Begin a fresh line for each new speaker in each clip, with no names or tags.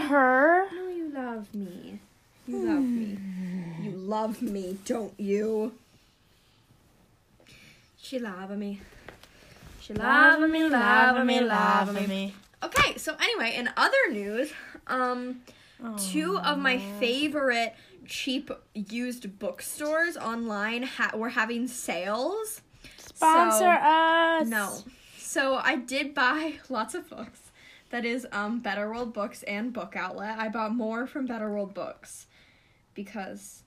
her.
No, you love me. You love me. You love me, don't you? She love me. She love me, love me, love me. Okay, so anyway, in other news, um, two of my favorite cheap used bookstores online ha- were having sales.
Sponsor
So-
us.
No. So I did buy lots of books. That is um Better World Books and Book Outlet. I bought more from Better World Books because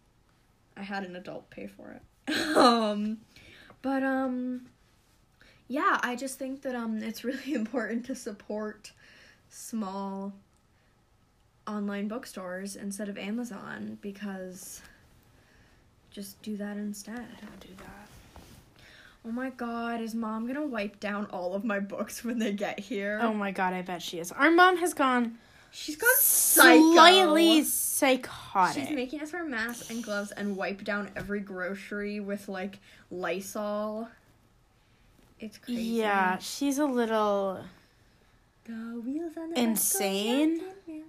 I had an adult pay for it. um but um yeah, I just think that um it's really important to support small online bookstores instead of Amazon because just do that instead.
Don't do that.
Oh my god, is mom gonna wipe down all of my books when they get here?
Oh my god, I bet she is. Our mom has gone
she's got psycho.
slightly
She's
psychotic.
making us wear masks and gloves and wipe down every grocery with like Lysol. It's crazy.
yeah, she's a little.
The wheels on the bus go
Insane.
round and round,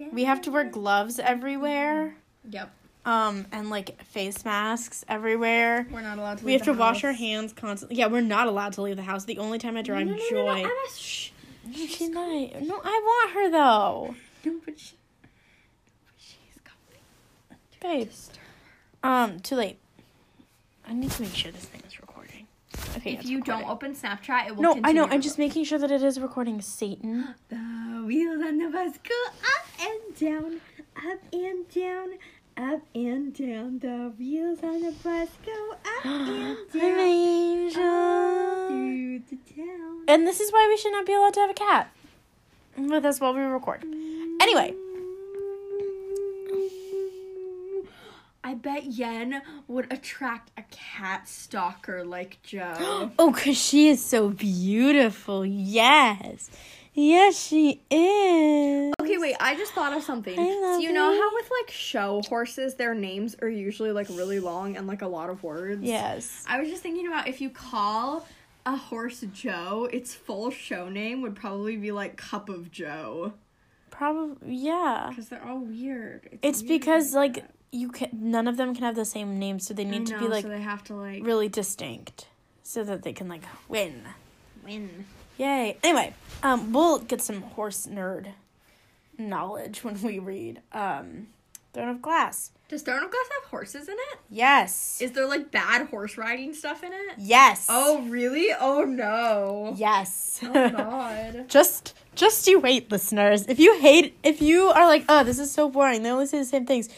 round
We have
and
to wear
round.
gloves everywhere,
Yep,
um, and like face masks everywhere.
we're not allowed to.
We
leave
have
the
to wash our
house.
hands constantly. Yeah, we're not allowed to leave the house. The only time I
No,
derive
no, no, no, no,
joy.
Emma, shh.
No, she's not. No, I want her though,
No, but she, but she's coming.
babe.
Just-
Um, too late. I need to make sure this thing is recording. Okay.
If
it's
you don't
recording.
open Snapchat, it will.
No, I
continue
know.
to
I'm
loop.
just making sure that it is recording. Satan.
The wheels on the bus go up and down, up and down, up and down. The wheels on the bus go up
I'm
and
an
down
angel.
through the town.
And this is why we should not be allowed to have a cat with us while we record. Anyway.
I bet Yen would attract a cat stalker like Joe.
Oh, because she is so beautiful. Yes. Yes, she is.
Okay, wait, I just thought of something.
I
So
love
you know
it.
how with like show horses their names are usually like really long and like a lot of words?
Yes.
I was just thinking about if you call a horse Joe, its full show name would probably be like Cup of Joe
Probably, yeah.
because they're all weird.
It's
weird
because, like,
that.
you can none of them can have the same name, so they
I
need to be,
know,
like,
so they have to like
really distinct so that they can, like, win.
win.
Yay. Anyway, um, we'll get some horse nerd knowledge when we read um, Throne of Glass.
Does Throne of Glass have horses in it?
Yes.
Is there like bad horse riding stuff in it?
yes.
Oh really? Oh no.
yes.
Oh god.
just just you wait, listeners. If you hate if you are like, oh, this is so boring, they only say the same things,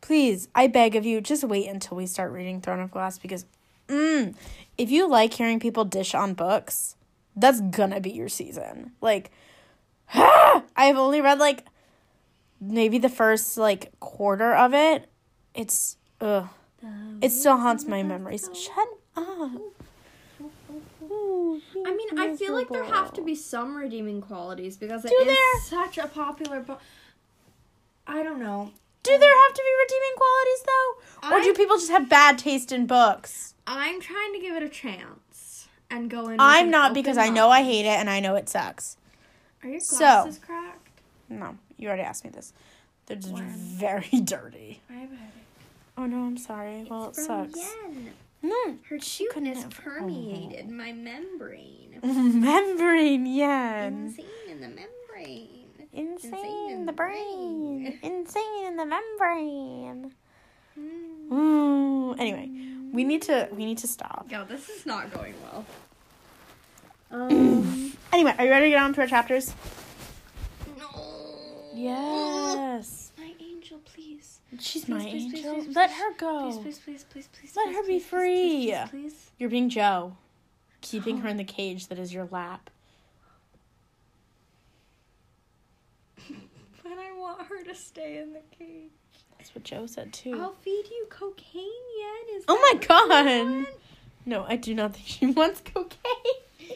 please, I beg of you, just wait until we start reading Throne of Glass because mm, if you like hearing people dish on books, that's gonna be your season. Like I've only read like maybe the first like quarter of it. It's ugh. It still haunts my memories. Shut up.
I mean, I feel like there have to be some redeeming qualities because it
Do
is
there?
such a popular book. I don't know.
Do there have to be redeeming qualities though? Or
I-
do people just have bad taste in books?
I'm trying to give it a chance and go in. with
I'm
an
not because
open
I know I
mind.
hate it and I know it sucks.
Are your
So-
glasses cracked?
No, you already asked me this. They're just
Wow.
very dirty.
I have a headache.
Oh no, I'm sorry. Well, it sucks.
Yen.
No,
Her
she couldn't
cuteness
have- oh,
permeated my membrane.
membrane, yeah.
Insane in the membrane.
Insane,
Insane
in the brain. Insane in the membrane.
Mm.
Ooh. Anyway, we need to we need to stop.
Yeah, this is not going well. Um.
Anyway, are you ready to get on to our chapters?
no.
Yes.
My angel, please.
She's
Please,
my
please, please,
angel.
please,
Let
please,
her go.
Please, please, please, please, please.
Oh. Let
please,
her be
please, please,
free.
Please, please, please.
You're being Joe, keeping
Oh.
her in the cage that is your lap.
But I want her to stay in the cage.
That's what Joe said too.
I'll feed you cocaine yet. Is
Oh my
that Oh. what you
God.
want?
No, I do not think she wants cocaine.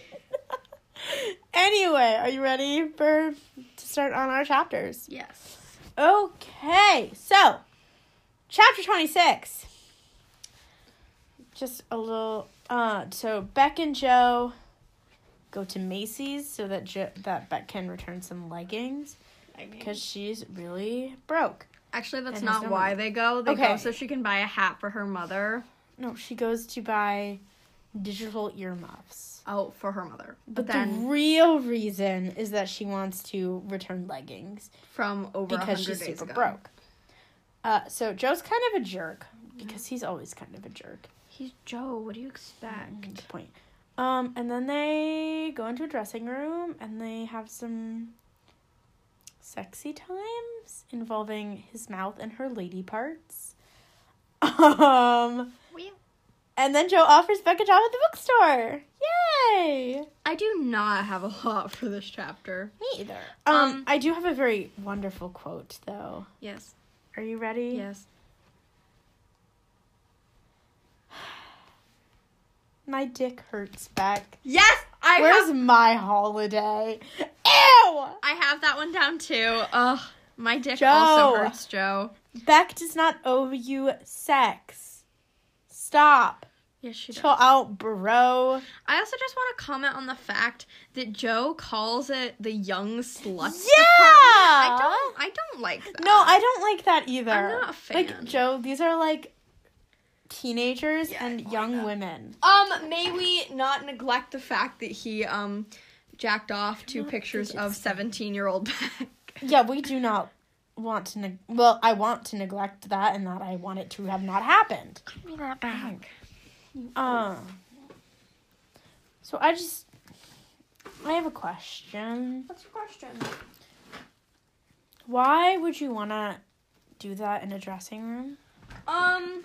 anyway, are you ready for to start on our chapters?
Yes.
Okay, so chapter twenty six. Just a little. Uh, so Beck and Joe go to Macy's so that jo- that Beck can return some leggings.
I mean,
because she's really broke.
actually, that's
and has
not
no
why
money.
they go. They
Okay.
go so she can buy a hat for her mother.
No, she goes to buy digital earmuffs.
Oh, for her mother. But,
But
then
the real reason is that she wants to return leggings
from over
because
100
she's
days
super
ago.
broke. Uh, so Joe's kind of a jerk because he's always kind of a jerk.
He's Joe. What do you
Good
expect?
point. Um, and then they go into a dressing room and they have some sexy times involving his mouth and her lady parts. Um, and then Joe offers Beck a job at the bookstore. Yay!
I do not have a lot for this chapter.
Me either. um
Um,
I do have a very wonderful quote though.
Yes.
Are you ready?
Yes.
My dick hurts, Beck.
Yes. I
Where's
have.
my holiday? Ew!
I have that one down too. Ugh. My dick
Joe.
also hurts, Joe.
Beck does not owe you sex. Stop.
Yes, she does.
Chill out, bro.
I also just want to comment on the fact that Joe calls it the young sluts.
Yeah!
I don't. I don't like that.
No, I don't like that either.
I'm not a
Like
fan.
Joe, these are like teenagers
Yeah, I
and
don't
young women.
Um, may we not neglect the fact that he um jacked off to
not
pictures
interested.
of seventeen-year-old back.
Yeah, we do not want to. Neg- well, I want to neglect that, and that I want it to have not happened.
Give me that back.
Um. So I just, I have a question.
What's your question?
Why would you wanna do that in a dressing room?
Um,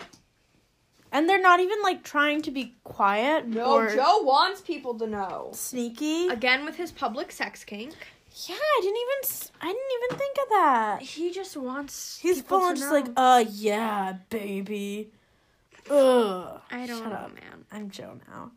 And they're not even like trying to be quiet or
Joe wants people to know.
sneaky.
Again with his public sex kink,
Yeah, I didn't even s- I didn't even think of that.
he just wants.
He's
people
full
to
on just
know.
like, uh, yeah, baby. Ugh.
I don't
Shut
know,
up.
man.
I'm Joe now.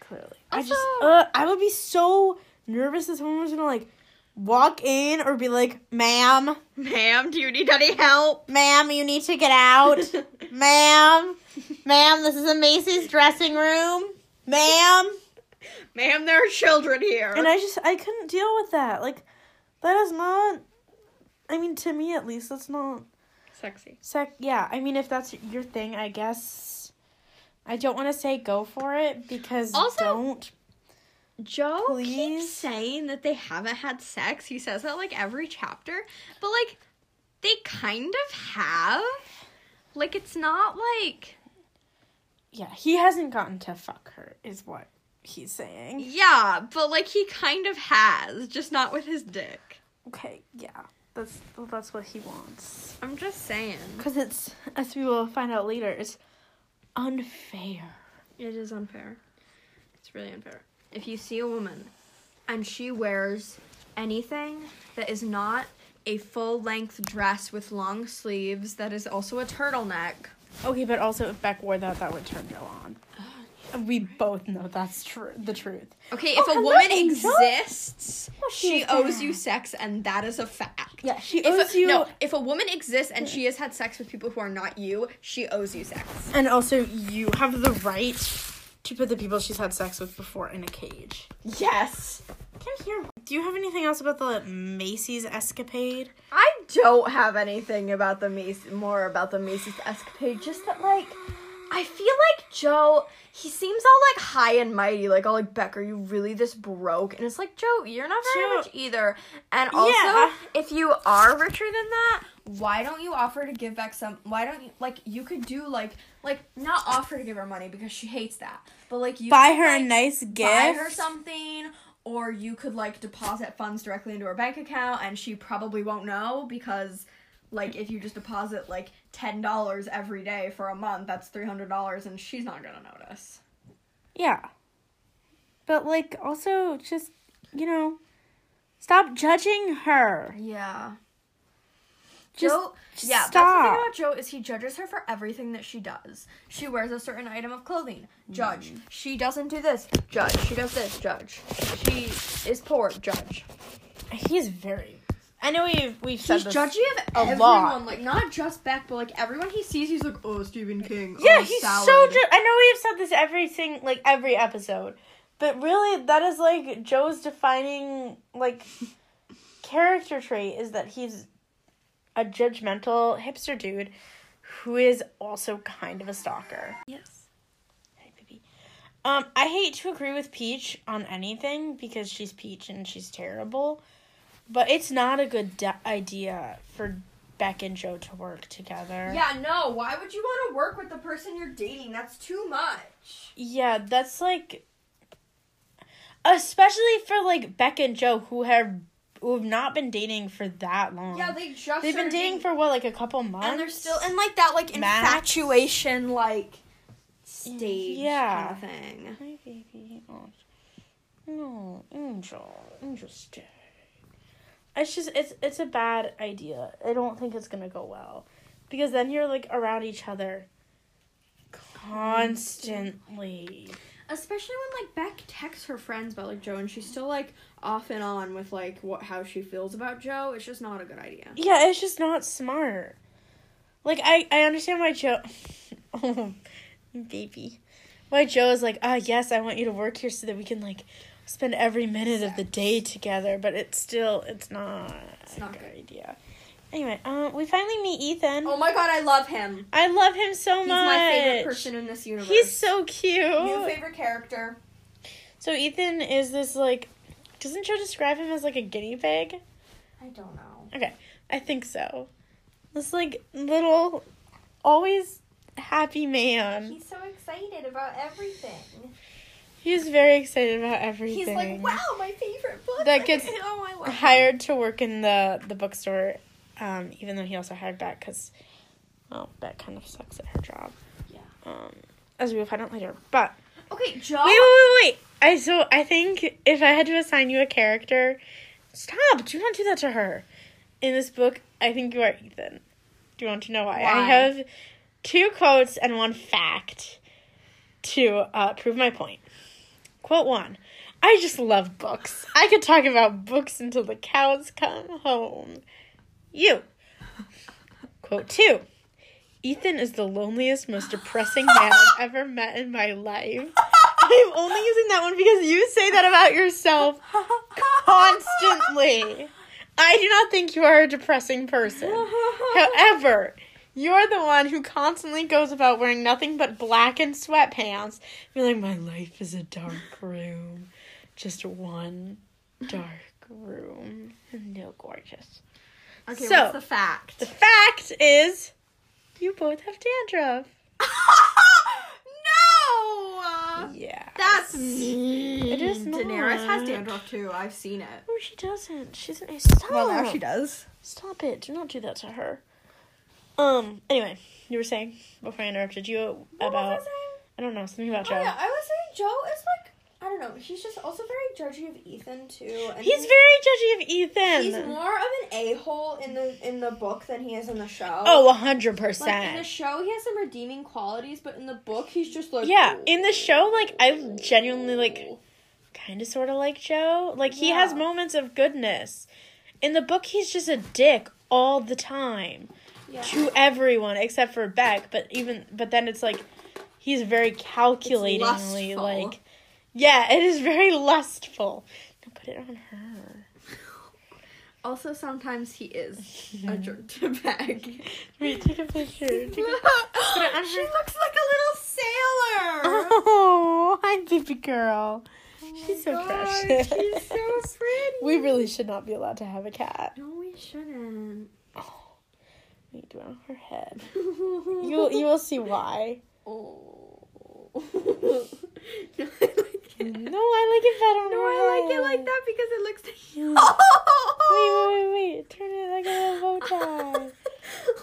Clearly, I
Also-
just uh, I would be so nervous if someone was gonna like walk in or be like, "Ma'am,
Ma'am, do you need any help?
ma'am, you need to get
Oh,
out, ma'am, ma'am, this is a Macy's dressing room, ma'am."
Ma'am, there are children here.
And I just I couldn't deal with that. Like that is not I mean to me at least that's not
Sexy.
sec yeah, I mean if that's your thing, I guess I don't want to say go for it because
Also-
don't
Joe
Please?
keeps saying that they haven't had sex. He says that like every chapter, but like they kind of have. Like it's not like
yeah, he hasn't gotten to fuck her is what he's saying.
yeah, but like he kind of has, just not with his dick.
Okay, yeah. That's well, that's what he wants.
I'm just saying.
Cuz it's as we will find out later, it's unfair.
It is unfair. It's really unfair. If you see a woman and she wears anything that is not a full length dress with long sleeves that is also a turtleneck,
Okay, but also if Beck wore that, that would turn Joe on. We both know that's true. The truth.
Okay,
Oh,
if a
hello,
woman
Angel.
exists,
Well, she
she
is
owes
bad.
you sex, and that is a fact.
Yeah, she
If a-
owes you-
No, if a woman exists and she has had sex with people who are not you, she owes you sex.
And also, you have the right to put the people she's had sex with before in a cage.
Yes.
Can't hear. Do you have anything else about the Macy's escapade?
I don't have anything about the Mace more about the Macy's escapade. Just that, like, I feel like Joe. He seems all like high and mighty, like all like Beck. Are you really this broke? And it's like Joe, you're not very
Joe-
rich either. And also,
Yeah.
if you are richer than that, why don't you offer to give back some? Why don't you like you could do like like not offer to give her money because she hates that, but like you
Buy
could,
her a
like,
nice gift.
buy her something or you could like deposit funds directly into her bank account and she probably won't know because like if you just deposit like $10 every day for a month that's $300 and she's not going to notice.
Yeah. But like, also, just you know, stop judging her.
Yeah.
Just
Joe,
just
yeah,
stop.
that's the thing about Joe is he judges her for everything that she does. She wears a certain item of clothing. Judge.
Mm.
She doesn't do this. Judge. She does this. Judge. She is poor. Judge.
He's very. I know we've we've said
He's
this.
judgy of
a
everyone,
lot.
like not just Beck, but like everyone he sees, he's like, oh, Stephen King.
Yeah,
oh,
he's so.
salad."
Ju- I know we've said this every sing like every episode, but really that is like Joe's defining like character trait is that he's a judgmental hipster dude who is also kind of a stalker.
Yes.
Hey, baby. Um, I hate to agree with Peach on anything because she's Peach and she's terrible, but it's not a good de- idea for Beck and Joe to work together.
Yeah, no. Why would you want to work with the person you're dating? That's too much.
Yeah, that's like especially for like Beck and Joe who have who have not been dating for that long.
Yeah, they just
They've been
started
dating for what, like a couple months?
and they're still in like that
Max.
like
Mm,
infatuation like stage
Yeah.
kind of thing.
Hi, baby. Oh, no, Angel. Angel, stay. It's just it's it's a bad idea. I don't think it's gonna go well, because then you're like around each other constantly.
Especially when like Beck texts her friends about like Joe and she's still like off and on with like what how she feels about Joe. It's just not a good idea.
Yeah, it's just not smart. Like I I understand why Joe, oh, baby, why Joe is like ah yes I want you to work here so that we can like spend every minute of the day together. But it's still it's not
It's not good.
idea. Anyway, um, we finally meet Ethan.
Oh my god, I love him.
I love him so
He's
much.
my favorite person in this universe.
He's so cute.
new favorite character.
So Ethan is this like, doesn't Joe describe him as like a guinea pig?
I don't know.
I think so. This like little, always happy man.
so excited about everything.
He's very excited about everything.
He's like, wow, my favorite book.
That gets
oh, I love him."
hired to work in the the bookstore, um, even though he also hired Beck because, well, Beck kind of sucks at her job.
Yeah.
Um, as we will find out later, but.
Okay, Joe.
Wait, wait, wait, wait. I so I think if I had to assign you a character, stop. Do not do that to her. In this book, I think you are Ethan. Do you want to know why? I
Why?
have two quotes and one fact to uh, prove my point. Quote one. I just love books. I could talk about books until the cows come home. You. Quote two. Ethan is the loneliest, most depressing man I've ever met in my life. I'm only using that one because you say that about yourself constantly. I do not think you are a depressing person. However, you're the one who constantly goes about wearing nothing but black and sweatpants, feeling my life is a dark room. Just one dark room. No gorgeous.
Okay,
So-
what's the fact?
The fact is, you both have dandruff.
no!
Yeah.
Uh, That's mean.
It is
Daenerys
not.
has dandruff too. I've seen it. Oh.
No, she doesn't. She's an stop.
does.
Stop it. Do not do that to her. Um, anyway, you were saying before I interrupted you about I don't know, something about
Oh,
Joe.
yeah, I was saying Joe is like, I don't know, he's just also very judgy of Ethan too. And
He's
he-
very judgy of
He's
Ethan.
more of an a hole in the in the book than he is in the show.
Oh, a hundred
like in the
percent.
show he has some redeeming qualities, but in the book he's just like
Yeah, in the show, like I genuinely like kind of sort of like Joe. Like he has
Yeah.
moments of goodness. In the book, he's just a dick all the time
yeah.
to everyone except for Beck. But even but then it's like he's very calculatingly
lustful.
like yeah, it is very lustful. Now put it on her.
Also, sometimes he is a jerk to bag.
Wait, take a picture. Take
she
a- on her.
looks like a little sailor.
oh, hi, baby girl. she's so
gosh,
precious.
Oh She's so pretty.
We really should not be allowed to have a cat.
No, we shouldn't.
We do it on her head. You will,
you.
you will see why.
Oh. no, I like it.
No, I
No, I
like it better on her head.
like it like that because it looks like.
Wait, wait, wait, wait. Turn it like a little bow tie.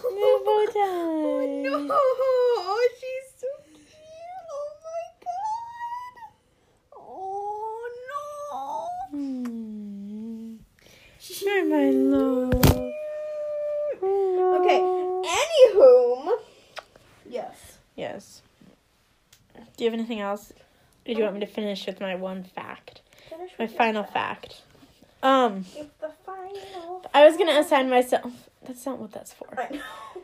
Little bow
Oh
tie.
no! Oh, she's so cute! Oh my god! Oh no!
Hmm. You're my love.
Okay, anywho. Yes.
Yes. Do you have anything else? Or do you want me to finish with my one fact?
Finish
My
with your
final fact. Um,
It's the final.
I was gonna assign myself. That's not what that's for.
I know.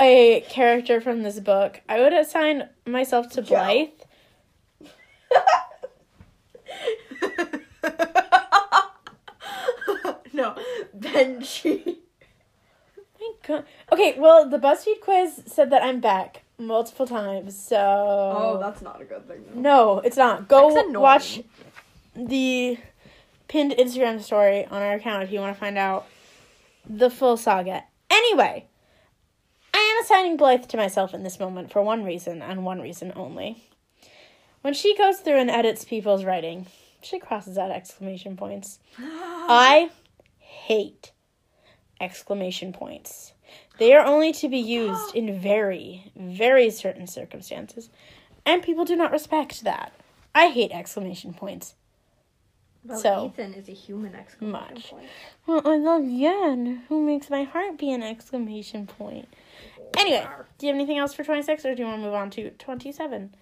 A character from this book. I would assign myself to
Joe.
Blythe.
no, Benji.
Thank God. Okay, well, the BuzzFeed quiz said that I'm back multiple times, so.
Oh, that's not a good thing. Though.
No, it's not. Go
That's annoying.
watch the pinned Instagram story on our account if you want to find out the full saga. Anyway, I am assigning Blythe to myself in this moment for one reason and one reason only. When she goes through and edits people's writing, she crosses out exclamation points. I hate exclamation points. They are only to be used in very, very certain circumstances, and people do not respect that. I hate exclamation points.
Well,
So-
Ethan is a human exclamation
Much.
point.
Well, I love Yen, who makes my heart be an exclamation point. Anyway, do you have anything else for 26 or do you want to move on to 27?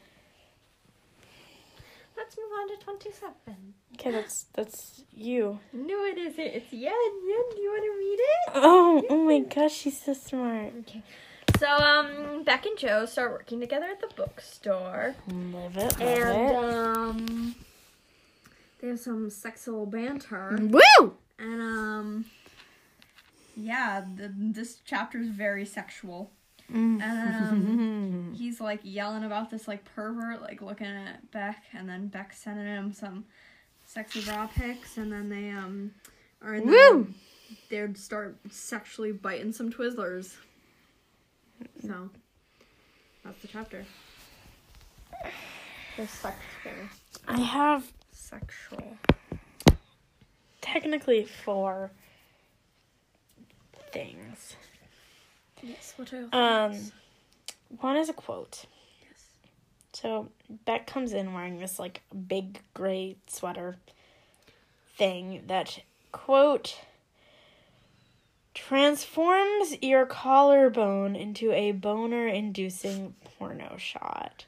Let's move on to twenty-seven.
Okay, that's that's you.
No, it isn't. It's Yen. Yen, do you want to read it?
Oh, oh my gosh, she's so smart.
So, um, Beck and Joe start working together at the bookstore,
Love it, love
and
it.
um, they have some sexual banter,
Woo!
and um, yeah, the, this chapter is very sexual. And um,
Mm-hmm.
he's like yelling about this like pervert, like looking at Beck, and then Beck sending him some sexy bra pics, and then they um are in the,
Woo!
they'd start sexually biting some Twizzlers. So that's the chapter. The sexual,
I have
sexual.
technically four things.
Yes, what else?
Um, one is a quote.
Yes.
So Beck comes in wearing this like big gray sweater thing that quote transforms your collarbone into a boner inducing porno shot.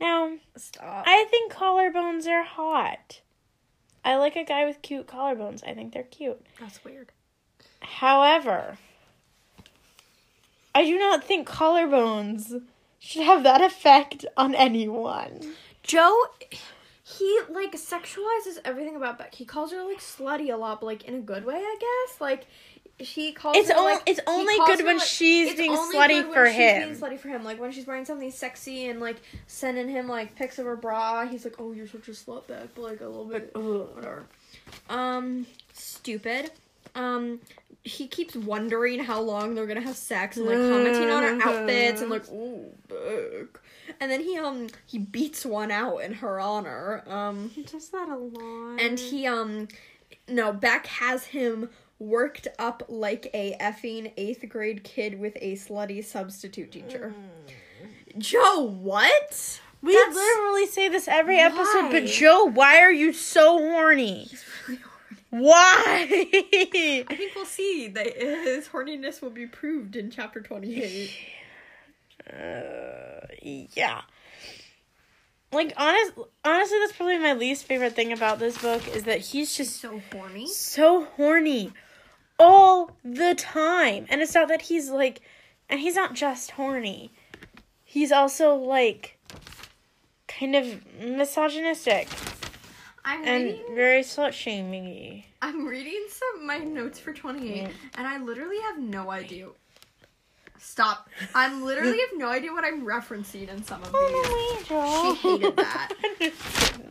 Now,
Stop.
I think collarbones are hot. I like a guy with cute collarbones. I think they're cute.
that's weird.
However, I do not think collarbones should have that effect on anyone.
Joe, he like sexualizes everything about Beck. He calls her like slutty a lot, but like in a good way, I guess. Like she calls.
It's
her,
only-
like-
it's
he
only
calls
good
her,
when
like-
she's
it's
being
only
slutty
good when
for
she's
him.
being slutty for him, like when she's wearing something sexy and like sending him like pics of her bra. He's like, "Oh, you're such a slut, Beck." But like a little bit, whatever. Um, stupid. Um, he keeps wondering how long they're gonna have sex and like commenting on her outfits and like, "Ooh, Beck." And then he um he beats one out in her honor. Um
He does that a lot.
and he um no, Beck has him worked up like a effing eighth grade kid with a slutty substitute teacher. Mm. Joe, what?
we
That's-
literally say this every episode,
Why?
but Joe, why are you so horny?
He's really horny.
Why?
I think we'll see that his horniness will be proved in chapter twenty eight.
Uh, yeah. Like honest honestly that's probably my least favorite thing about this book is that he's just
so horny.
so horny all the time. And it's not that he's like, and he's not just horny, he's also like kind of misogynistic
I'm
and
reading
very slut shaming
I'm reading some my notes for 28, and I literally have no idea. Stop. I literally have no idea what I'm referencing in some of these.
Oh,
She hated that.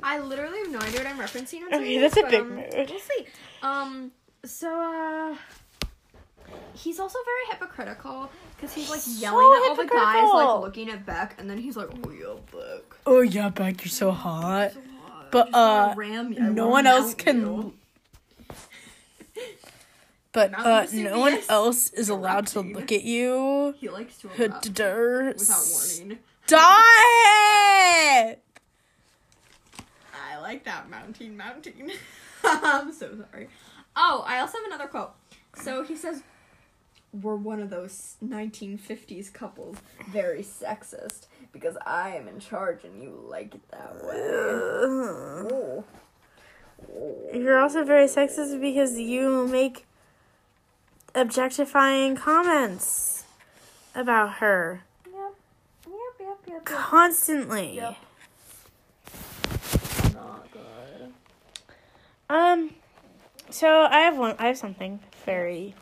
I literally have no idea what I'm referencing in some of
Okay,
these.
that's a
but,
big
um,
mood.
We'll see. Um, so, uh, he's also very hypocritical because he's like yelling at all the guys,
hypocritical.
like looking at Beck, and then he's like, oh, yeah, Beck.
oh yeah, Beck, you're so hot.
God,
But,
I just wanna
uh,
ram you. I
No
wanna
one else
mount you."
can. But
Mount
uh,
Vesuvius.
no one else is allowed to
Erupting.
look at you.
He likes to erupt Oh, without
Without
warning.
Stop it!
I like that mountain, mountain. I'm so sorry. Oh, I also have another quote. So he says, "We're one of those 1950s couples, very sexist, because I am in charge and you like it that way." Ooh.
You're also very sexist because you make objectifying comments about her
Yep, yep, yep, yep. yep.
constantly.
Yep. Not good.
Um so I have one I have something very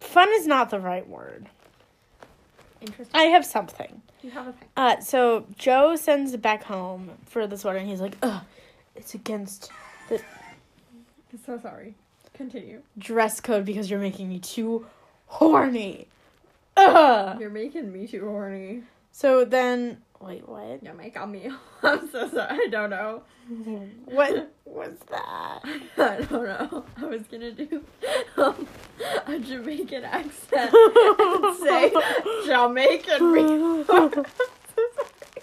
fun is not the right word.
Interesting.
I have something.
you have a thing.
Uh, so Joe sends it back home for the sweater, and he's like, "Ugh, it's against
I'm so sorry. Continue.
dress code because you're making me too horny." Ugh.
You're making me too horny.
So then, wait, what?
You're making me. I'm so sorry. I don't know.
What was that?
I don't know. I was gonna do um, a Jamaican accent and say Jamaican. re-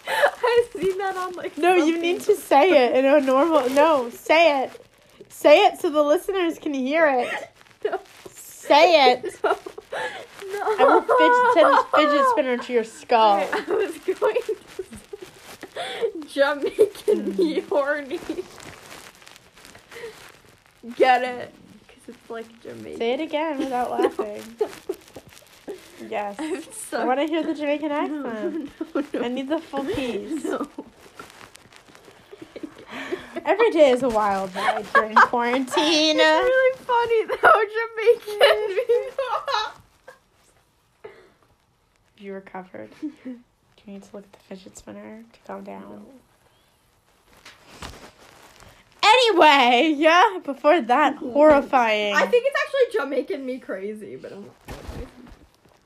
I've seen that on like.
no, you
something.
need to say it in a normal. No, say it. Say it so the listeners can hear it.
No.
Say it.
No. no.
I will fidget, send this fidget spinner to your skull.
I was going to say Jamaican
Hmm.
me horny. Get it? Because it's like Jamaican.
Say it again without laughing. Yes.
I'm
I
sorry.
want to hear the Jamaican
No,
accent.
no, no.
I need the full piece.
No.
Every day is a wild ride during quarantine.
It's really funny though,
You recovered. Do
Jamaican.
you need to look at the fidget spinner to calm down? Anyway, yeah, before that horrifying.
I think it's actually Jamaican me crazy, but I'm not.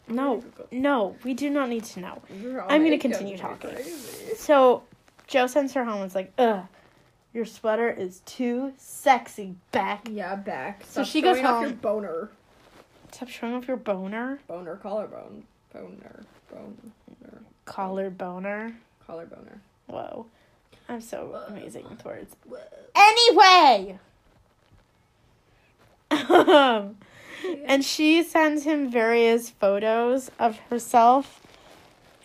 no, no, we do not need to know.
Jamaican
gonna continue
me
talking.
crazy.
So Joe sends her home and's like, ugh, your sweater is too sexy, Beck.
Yeah, back.
So
Stop
she goes
showing off Your
home.
boner,
Stop showing off your boner.
boner, collarbone, boner, boner,
Collar boner.
collarboner.
Whoa. I'm so amazing with words.
Whoa.
Anyway! Um, and she sends him various photos of herself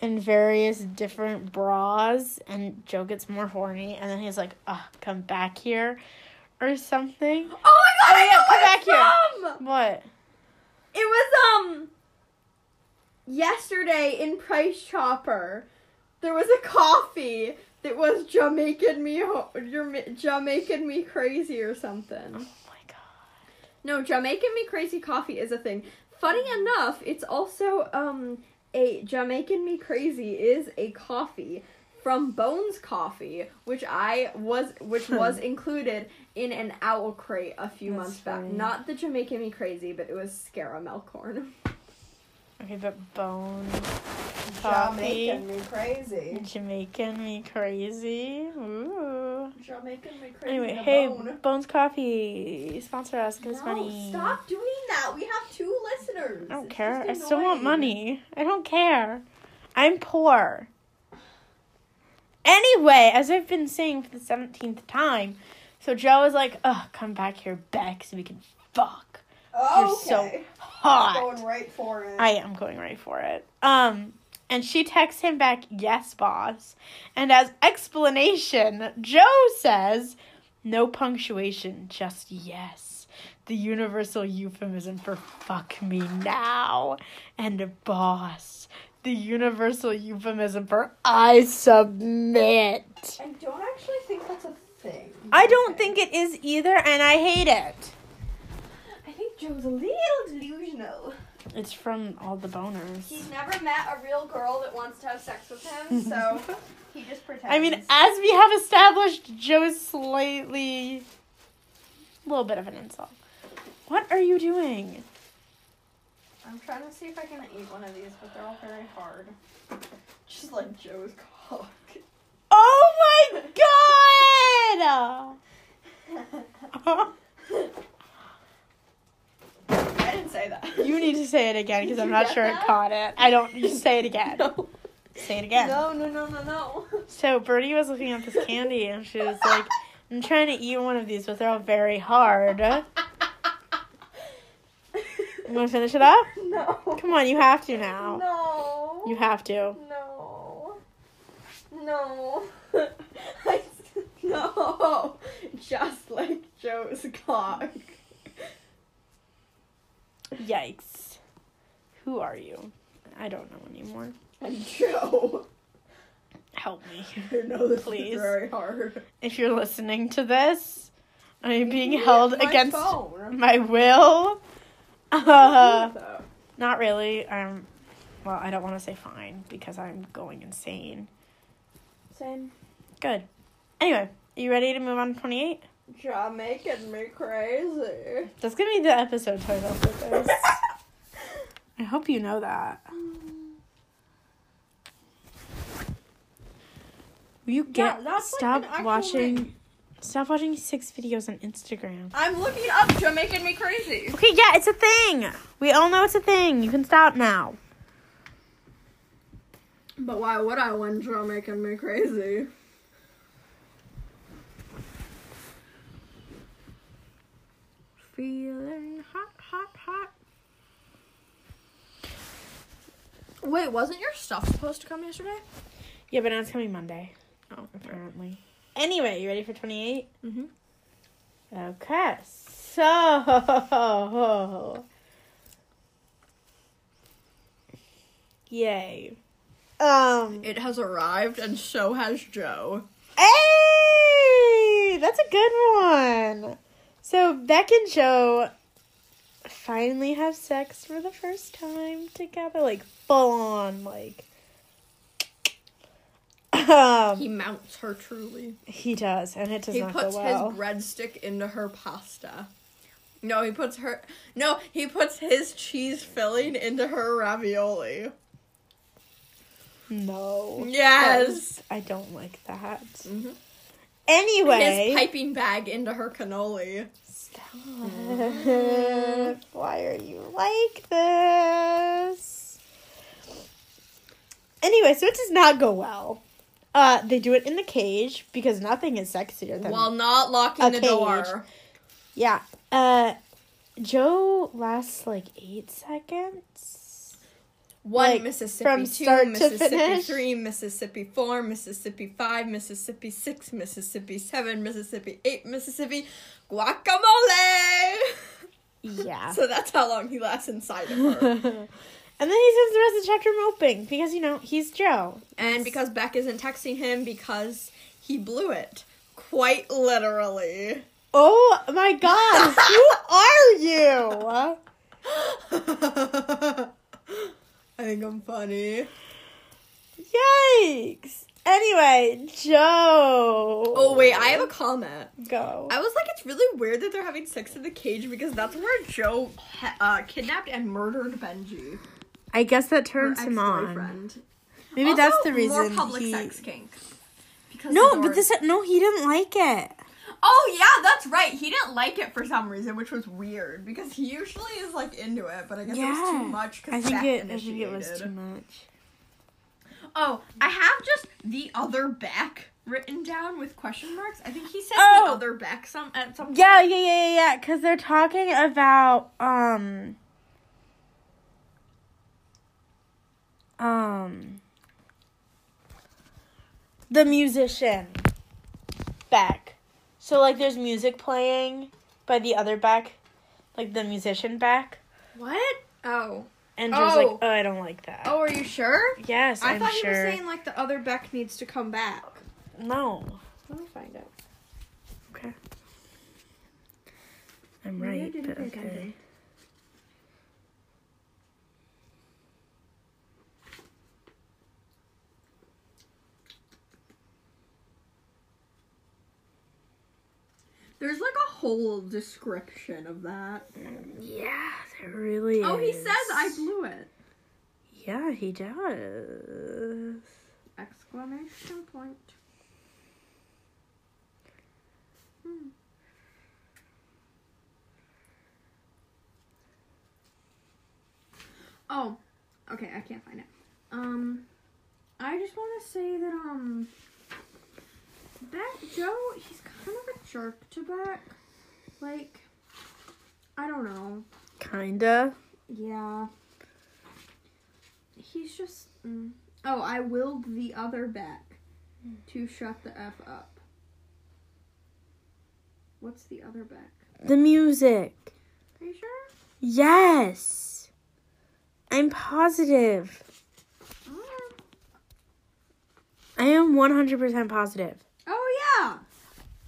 in various different bras, and Joe gets more horny, and then he's like, "Ah, come back here," or something.
Oh my god! I
yeah,
know
come
what it's
back
from!
What? Oh
It was um yesterday in Price Chopper. There was a coffee that was Jamaican me ho- Jama- Jamaican me crazy or something.
Oh my god!
No, Jamaican me crazy coffee is a thing. Funny enough, it's also um a Jamaican me crazy is a coffee from Bones Coffee, which I was which was included in an owl crate a few
Hmm. That's
months back.
funny.
Not the Jamaican me crazy, but it was Scaramel corn.
Okay, but bone
Jamaican
coffee.
me crazy.
Jamaican me crazy. Ooh.
Jamaican me crazy.
Anyway,
in a
hey,
bone.
Bones Coffee, sponsor us, give us
No,
money.
stop doing that. We have two listeners.
I don't care. I still want money. I don't care. I'm poor. Anyway, as I've been saying for the seventeenth time, so Joe is like, "Ugh, come back here, Beck, so we can fuck
Oh,
You're so
okay.
hot."
Going right for it.
I am going right for it. Um, and she texts him back, "Yes, boss." And as explanation, Joe says, "No punctuation, just yes." The universal euphemism for "fuck me now" and "boss." The universal euphemism for "I submit."
I don't actually think that's a thing.
I don't think it is either, and I hate it.
I think Joe's a little delusional.
It's from all the boners.
He's never met a real girl that wants to have sex with him, so he just pretends.
I mean, as we have established, Joe is slightly. a little bit of an insult. What are you doing?
I'm trying to see if I can eat one of these, but they're all very hard.
Just like Joe's cock.
Oh my god!
I didn't say that.
you need to say it again because
Did
I'm
you
not
get
sure I
that?
caught it. I don't. You say it again.
No.
Say it again.
No, no, no, no, no.
So Birdie was looking at this candy and she was like, I'm trying to eat one of these, but they're all very hard. You want to finish it up?
No.
Come on, you have to now.
No.
You have to.
No. No. I, no. Just like Joe's cock.
Yikes. Who are you? I don't know anymore.
And Joe.
Help me.
I know this
Please.
is very hard.
If you're listening to this, I am being
You
held
hit my
against
phone.
my will. Uh,
Though.
not really. Um, well, I don't want to say fine because I'm going insane.
Same.
Good. Anyway, are you ready to move on to 28?
You're making me crazy.
That's going to be the episode title for this. I hope you know that. Will you get
that's like
stop
an actual
watching
ring.
stop watching six videos on Instagram.
I'm looking up. You're making me crazy.
Okay, yeah, it's a thing. We all know it's a thing. You can stop now.
But why would I when draw making me crazy?
Feeling hot, hot, hot.
Wait, wasn't your stuff supposed to come yesterday?
Yeah, but now it's coming Monday. Oh, apparently. Anyway, you ready for 28?
Mm-hmm.
Mm-hmm. Okay, so. Yay. Um.
It has arrived, and so has Joe.
Hey! That's a good one. So, Beck and Joe finally have sex for the first time together. Like, full on. Like. Um,
He mounts her truly.
he does, and it does
he
not
puts
go well.
his breadstick into her pasta. No, he puts her. No, he puts his cheese filling into her ravioli.
no.
Yes.
I don't like that.
Mhm.
Anyway.
His piping bag into her cannoli.
Stop. Why are you like this? Anyway, so it does not go well. Uh, they do it in the cage because nothing is sexier than
While not locking
A
the
cage.
door.
yeah. Uh, Joe lasts like eight seconds.
One
Like,
Mississippi,
from
two
start to
Mississippi,
finish?
three Mississippi, four Mississippi, five Mississippi, six Mississippi, seven Mississippi, eight Mississippi, guacamole.
Yeah.
so that's how long he lasts inside of her.
and then he spends the rest of the chapter moping because you know he's Joe.
and because Beck isn't texting him because he blew it, quite literally.
Oh my God! Who are you?
I think I'm funny.
Yikes! Anyway, Joe.
Oh wait, I have a comment.
go.
I was like, it's really weird that they're having sex in the cage because that's where Joe ha- uh, kidnapped and murdered Benji,
I guess that
her
turns
ex
him on.
boyfriend.
Maybe that's the reason
More public
he.
sex kink. Because the
No,
door-
but this no, he didn't like it.
Oh yeah, that's right. He didn't like it for some reason, which was weird because he usually is like into it, but I guess it was
Yeah.
too much. Cause
I think
Beck
it. I think it was
initiated.
too much.
Oh, I have just the other Beck written down with question marks. I think he said
Oh.
the other Beck some at some.
Yeah, yeah, yeah, yeah, yeah. Because they're talking about um. Um. The musician. Beck. So like, there's music playing by the other Beck, like the musician Beck,
What? Oh.
and Joe's like,
Oh.
"Oh, I don't like that."
Oh, are you sure?
Yes,
I
I'm
thought
sure.
he was saying like the other Beck needs to come back.
no.
Let me find out.
Okay. I'm
Maybe I
right.
didn't
but
think I
okay.
did.
There's like a whole description of that.
Yeah, there really
Oh, he
is.
says I blew it.
Yeah, he does.
Exclamation point. Hmm. Oh, okay, I can't find it. Um, I just want to say that, um, that Joe, he's kind of a jerk to Beck. Like, I don't know.
Kinda.
Yeah. He's just. Mm. Oh, I willed the other back to shut the F up. What's the other back?
The music.
Are you sure?
Yes. I'm positive.
Mm.
I am 100% positive.
Oh, yeah!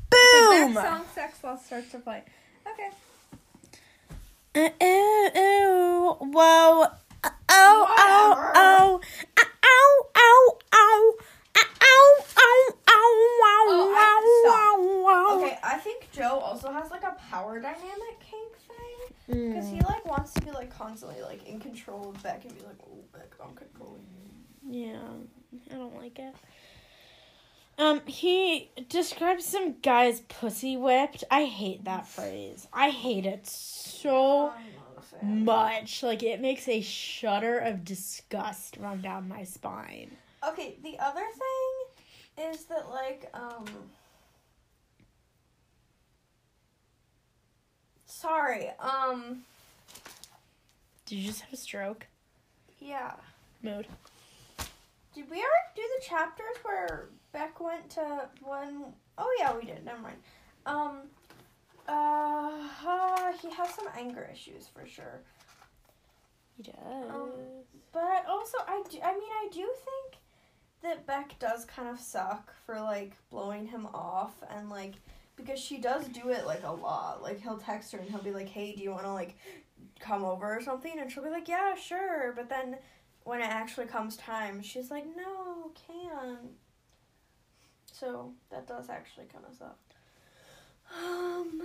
Boo!
The
Boom!
next song, Sex Love, starts to play. Okay.
Uh, ew, ew. Whoa. Uh, ow, ow, ow. Uh, ow, ow, ow. Uh, ow, ow, ow, wow,
Oh, I
wow, wow, wow.
Okay, I think Joe also has like a power dynamic kink thing.
Mm.
Because he like wants to be like constantly like in control of Beck and be like, oh Beck, I'm controlling you.
Yeah, I don't like it. Um, he describes some guy's pussy whipped. I hate that phrase. I hate it so
I'm not a fan.
much. Like it makes a shudder of disgust run down my spine.
Okay, the other thing is that like um Sorry, um
Did you just have a stroke?
yeah.
Mood.
Did we ever do the chapters where Beck went to one Oh yeah, we did. Never mind. Um uh, uh he has some anger issues for sure.
He does.
Um, But also, I do, I mean, I do think that Beck does kind of suck for like blowing him off and like because she does do it like a lot. Like he'll text her and he'll be like, "Hey, do you want to like come over or something?" And she'll be like, "Yeah, sure." But then when it actually comes time, she's like, "No, can't." So that does actually kind of suck. Um,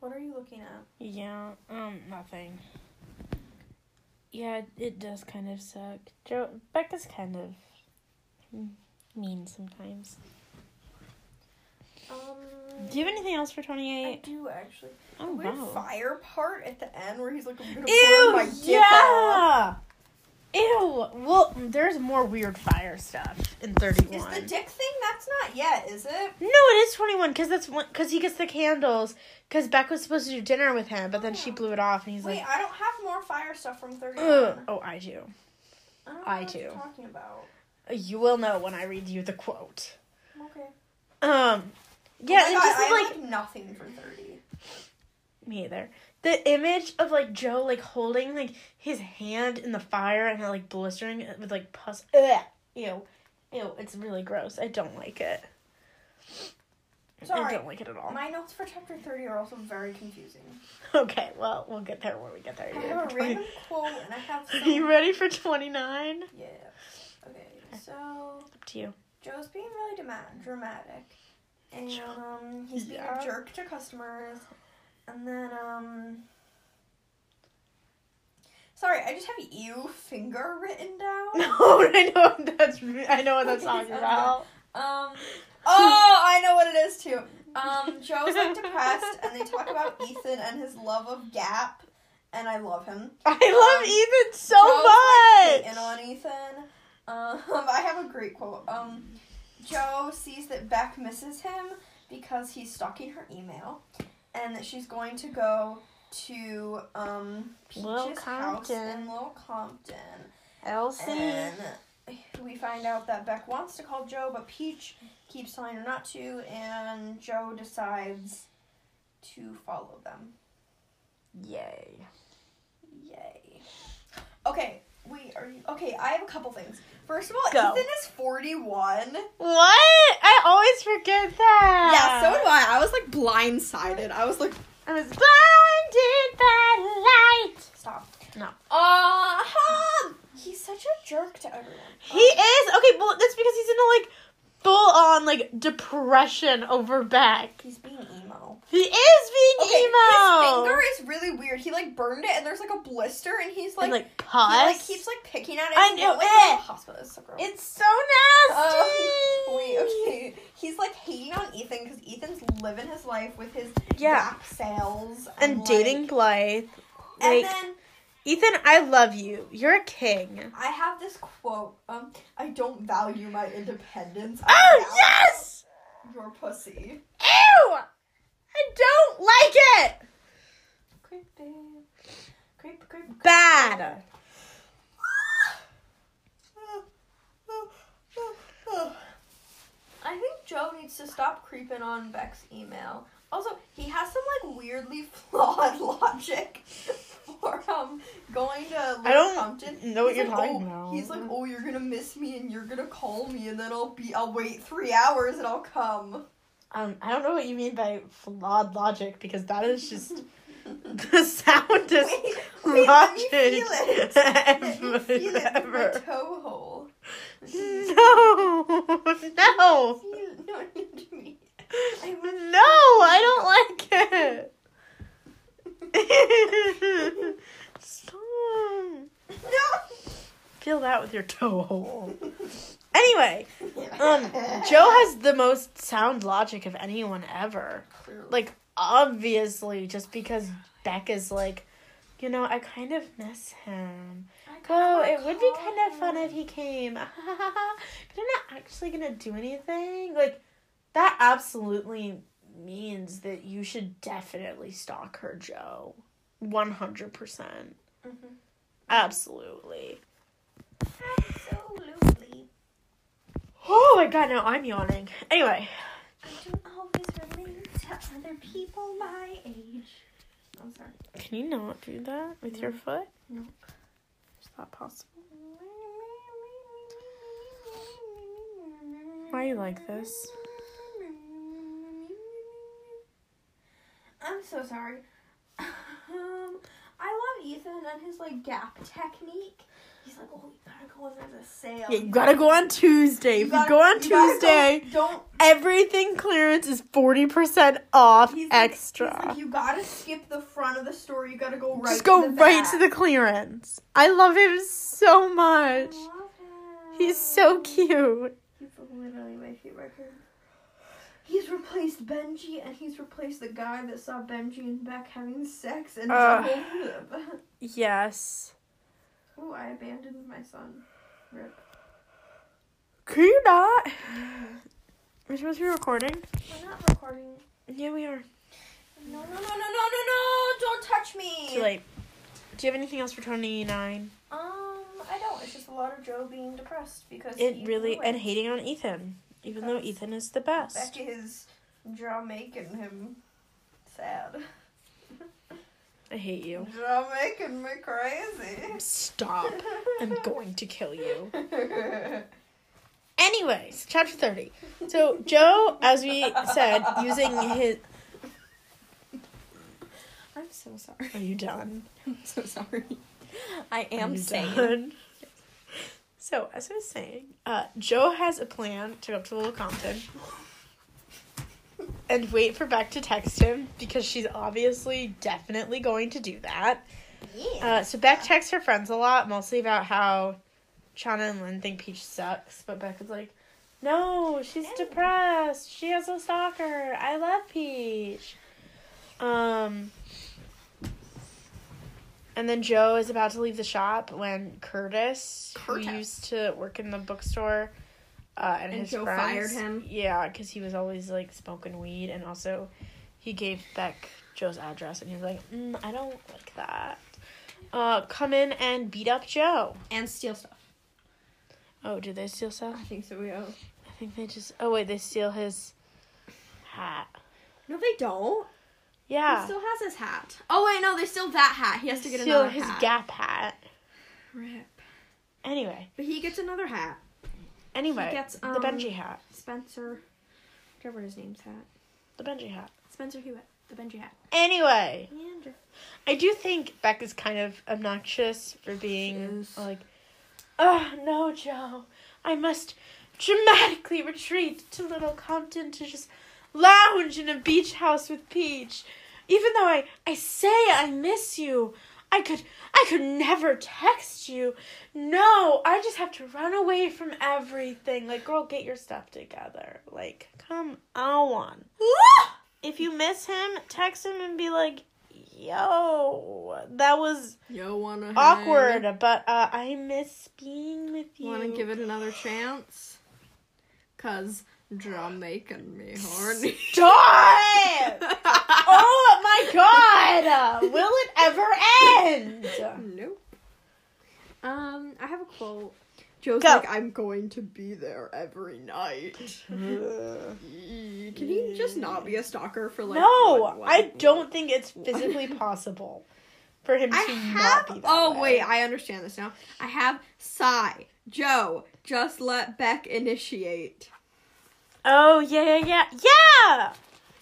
what are you looking at?
yeah. Um. Nothing. Yeah, it does kind of suck. Joe Becca's kind of mm, mean sometimes.
Um.
Do you have anything else for twenty
I
eight?
do actually.
Oh
The weird
wow.
fire part at the end where he's like, I'm gonna burn my
Ew,
dick off.
yeah. Ew. Well, there's more weird fire stuff in 31.
Is the dick thing? That's not yet, is it?
no, it is 21 cuz that's one cuz he gets the candles cuz Beck was supposed to do dinner with him, but then she blew it off and he's
Oh. Wait,
like,
I don't have more fire stuff from 31.
Ugh. "Oh, I do.
I don't know
I
what
do.
you're talking about.
You will know when I read you the quote."
Okay.
Um yeah,
oh my
it
God,
just
I have,
like
like, nothing for 30.
Me either. The image of like Joe like holding like his hand in the fire and it, like blistering it with like pus. Ugh. Ew, ew! It's really gross. I don't like it. I
Sorry.
don't like it at all.
My notes for chapter 30 are also very confusing.
okay, well we'll get there when we get there.
I
You're ready
have a
for 20
random quote and I have
Are you
some.
ready for twenty nine?
Yeah. Okay, so
Up to you.
Joe's being really dema- dramatic. And
Joe.
um, he's being
Yeah.
a jerk to customers. And then, um. Sorry, I just have you finger written down.
No, I know what that's. re- I know what that's
Okay,
talking
okay.
about.
um. Oh, I know what it is too. Um, Joe's like depressed, and they talk about Ethan and his love of Gap, and I love him.
I love
Um,
Ethan
Joe's, like,
so
hating
much.
on Ethan. Um, I have a great quote. Um, Joe sees that Beck misses him because he's stalking her email, and that she's going to go to um
Little
Peach's house
Compton.
in Little Compton,
Elsie.
and we find out that Beck wants to call Joe, but Peach keeps telling her not to, and Joe decides to follow them.
Yay.
Yay. Okay, wait, are you okay? I have a couple things. First of all,
Go.
Ethan is 41.
What? I always forget that.
Yeah, so do I. I was like blindsided. I was like,
I was blinded by light.
Stop.
No.
Uh-huh. He's such a jerk to everyone.
He is okay. Well, that's because he's in a like full on like depression over Beck.
He's being emo.
He is being
His
emo.
finger is really weird. He like burned it and there's like a blister and he's like,
and, like
he
pus.
like keeps like picking at it.
I
He's
know
not, like, going
it.
to the hospital. It's so gross.
it's so nasty. Oh,
Um, wait, okay. He's like hating on Ethan because Ethan's living his life with his
Yeah.
gap sales
And
like-
dating Blythe.
And
Like
then
Ethan, I love you. You're a king.
I have this quote. Um, I don't value my independence. I
Oh
value
yes.
Your pussy.
Ew. I don't like it.
Creepy. Creep, creep, creep.
Bad.
I think Joe needs to stop creeping on Beck's email. Also, he has some like weirdly flawed logic for
from um, going to Little
don't
Compton.
know what
He's
you're
like,
talking
"Oh,"
about.
He's like, oh, you're gonna miss me, and you're gonna call me, and then I'll be. I'll wait three hours, and I'll come.
Um, I don't know what you mean by flawed logic because that is just the soundest
Wait,
logic
wait, let me feel it. Let me
ever.
feel it in my
ever.
toe hole.
No, no,
Feel, no, need me.
no! I don't like it. Stop.
No.
Feel that with your toe hole. Anyway, um, Joe has the most sound logic of anyone ever. like obviously just because Beck is like, you know, I kind of miss him. Oh, it would be kind of fun if he came. but I'm not actually gonna do anything. Like that absolutely means that you should definitely stalk her, Joe. One hundred percent.
Mhm.
Absolutely.
Absolutely.
Oh my god, now I'm yawning. Anyway,
I don't always relate to other people my age. I'm sorry.
can you not do that with your foot?
No.
Is that possible? Why you like this?
I'm so sorry. Um, I love Ethan and his like gap technique. He's like, oh, you gotta go when there's a sale.
Yeah, you gotta go on Tuesday. If
You
you
gotta-
go on
you gotta
Tuesday,
go- don't
everything clearance is 40% off
he's like-
extra.
he's like, you gotta skip the front of the store. You gotta go right.
Just go
to the
right
back."
to the clearance. I love him so
I
much.
love him.
He's so cute.
He's literally my favorite character. He's replaced Benji, and he's replaced the guy that saw Benji and Beck having sex and
Ugh.
doubled him.
Yes.
Ooh, I abandoned my son. Rip.
Can you not? We're supposed to be recording?
We're not recording.
Yeah, we are.
No, no, no, no, no, no, no! Don't touch me.
Too late. Do you have anything else for 29?
Um, I don't. It's just a lot of Joe being depressed because he
It really,
blew
and
it.
hating on Ethan, even though Ethan is the best.
Beck is Joe making him sad.
I hate you.
Joe making me crazy.
Stop. I'm going to kill you. Anyways, chapter 30. So, Joe, as we said, using his.
I'm so sorry.
Are you done?
I'm so sorry. I
Are
am
you
saying.
done? So, as I was saying, uh, Joe has a plan to go up to Little Compton and wait for Beck to text him because she's obviously definitely going to do that.
yeah.
Uh, so, Beck texts her friends a lot, mostly about how Chana and Lynn think Peach sucks, but Beck is like, no, she's
No.
depressed. She has a stalker. I love Peach. Um, and then Joe is about to leave the shop when Curtis,
Curtis.
who used to work in the bookstore, uh, and,
And
his
Joe
friends,
fired him.
Yeah, because he was always like smoking weed, and also he gave Beck Joe's address, and he was like, mm, I don't like that. Uh, come in and beat up Joe.
And steal stuff.
Oh, do they steal stuff?
I think so, yeah.
I think they just. Oh wait, they steal his hat.
No, they don't. He
Yeah,
still has his hat. Oh, wait, no, they steal that hat. He has to get
steal
another
his
hat.
Gap hat.
Rip.
Anyway,
But he gets another hat.
anyway,
gets,
the
um,
Benji hat.
Spencer. Whatever his name's hat.
The Benji hat.
Spencer Hewitt. The Benji hat.
Anyway,
Andrew.
I do think Beck is kind of obnoxious for being
is.
like, oh no, Joe, I must dramatically retreat to Little Compton to just lounge in a beach house with Peach. Even though I, I say I miss you, I could I could never text you. No, I just have to run away from everything. Like, girl, get your stuff together. Like, come on if you miss him, text him and be like, "Yo, that was
Yo, wanna
awkward, but uh, I miss being with you."
Wanna give it another chance? Cause Jamaican me horny.
Stop! oh my god! Will it ever end?
Nope. Um, I have a quote. Joe's
Go.
like, I'm going to be there every night. Eee, Can he just not be a stalker for like?
Mm. no,
one- one-
I don't think it's physically possible for him to
I
not be that
have. Oh
way.
wait, I understand this now. I have Sai, Joe. Just let Beck initiate.
Oh yeah, yeah, yeah, yeah.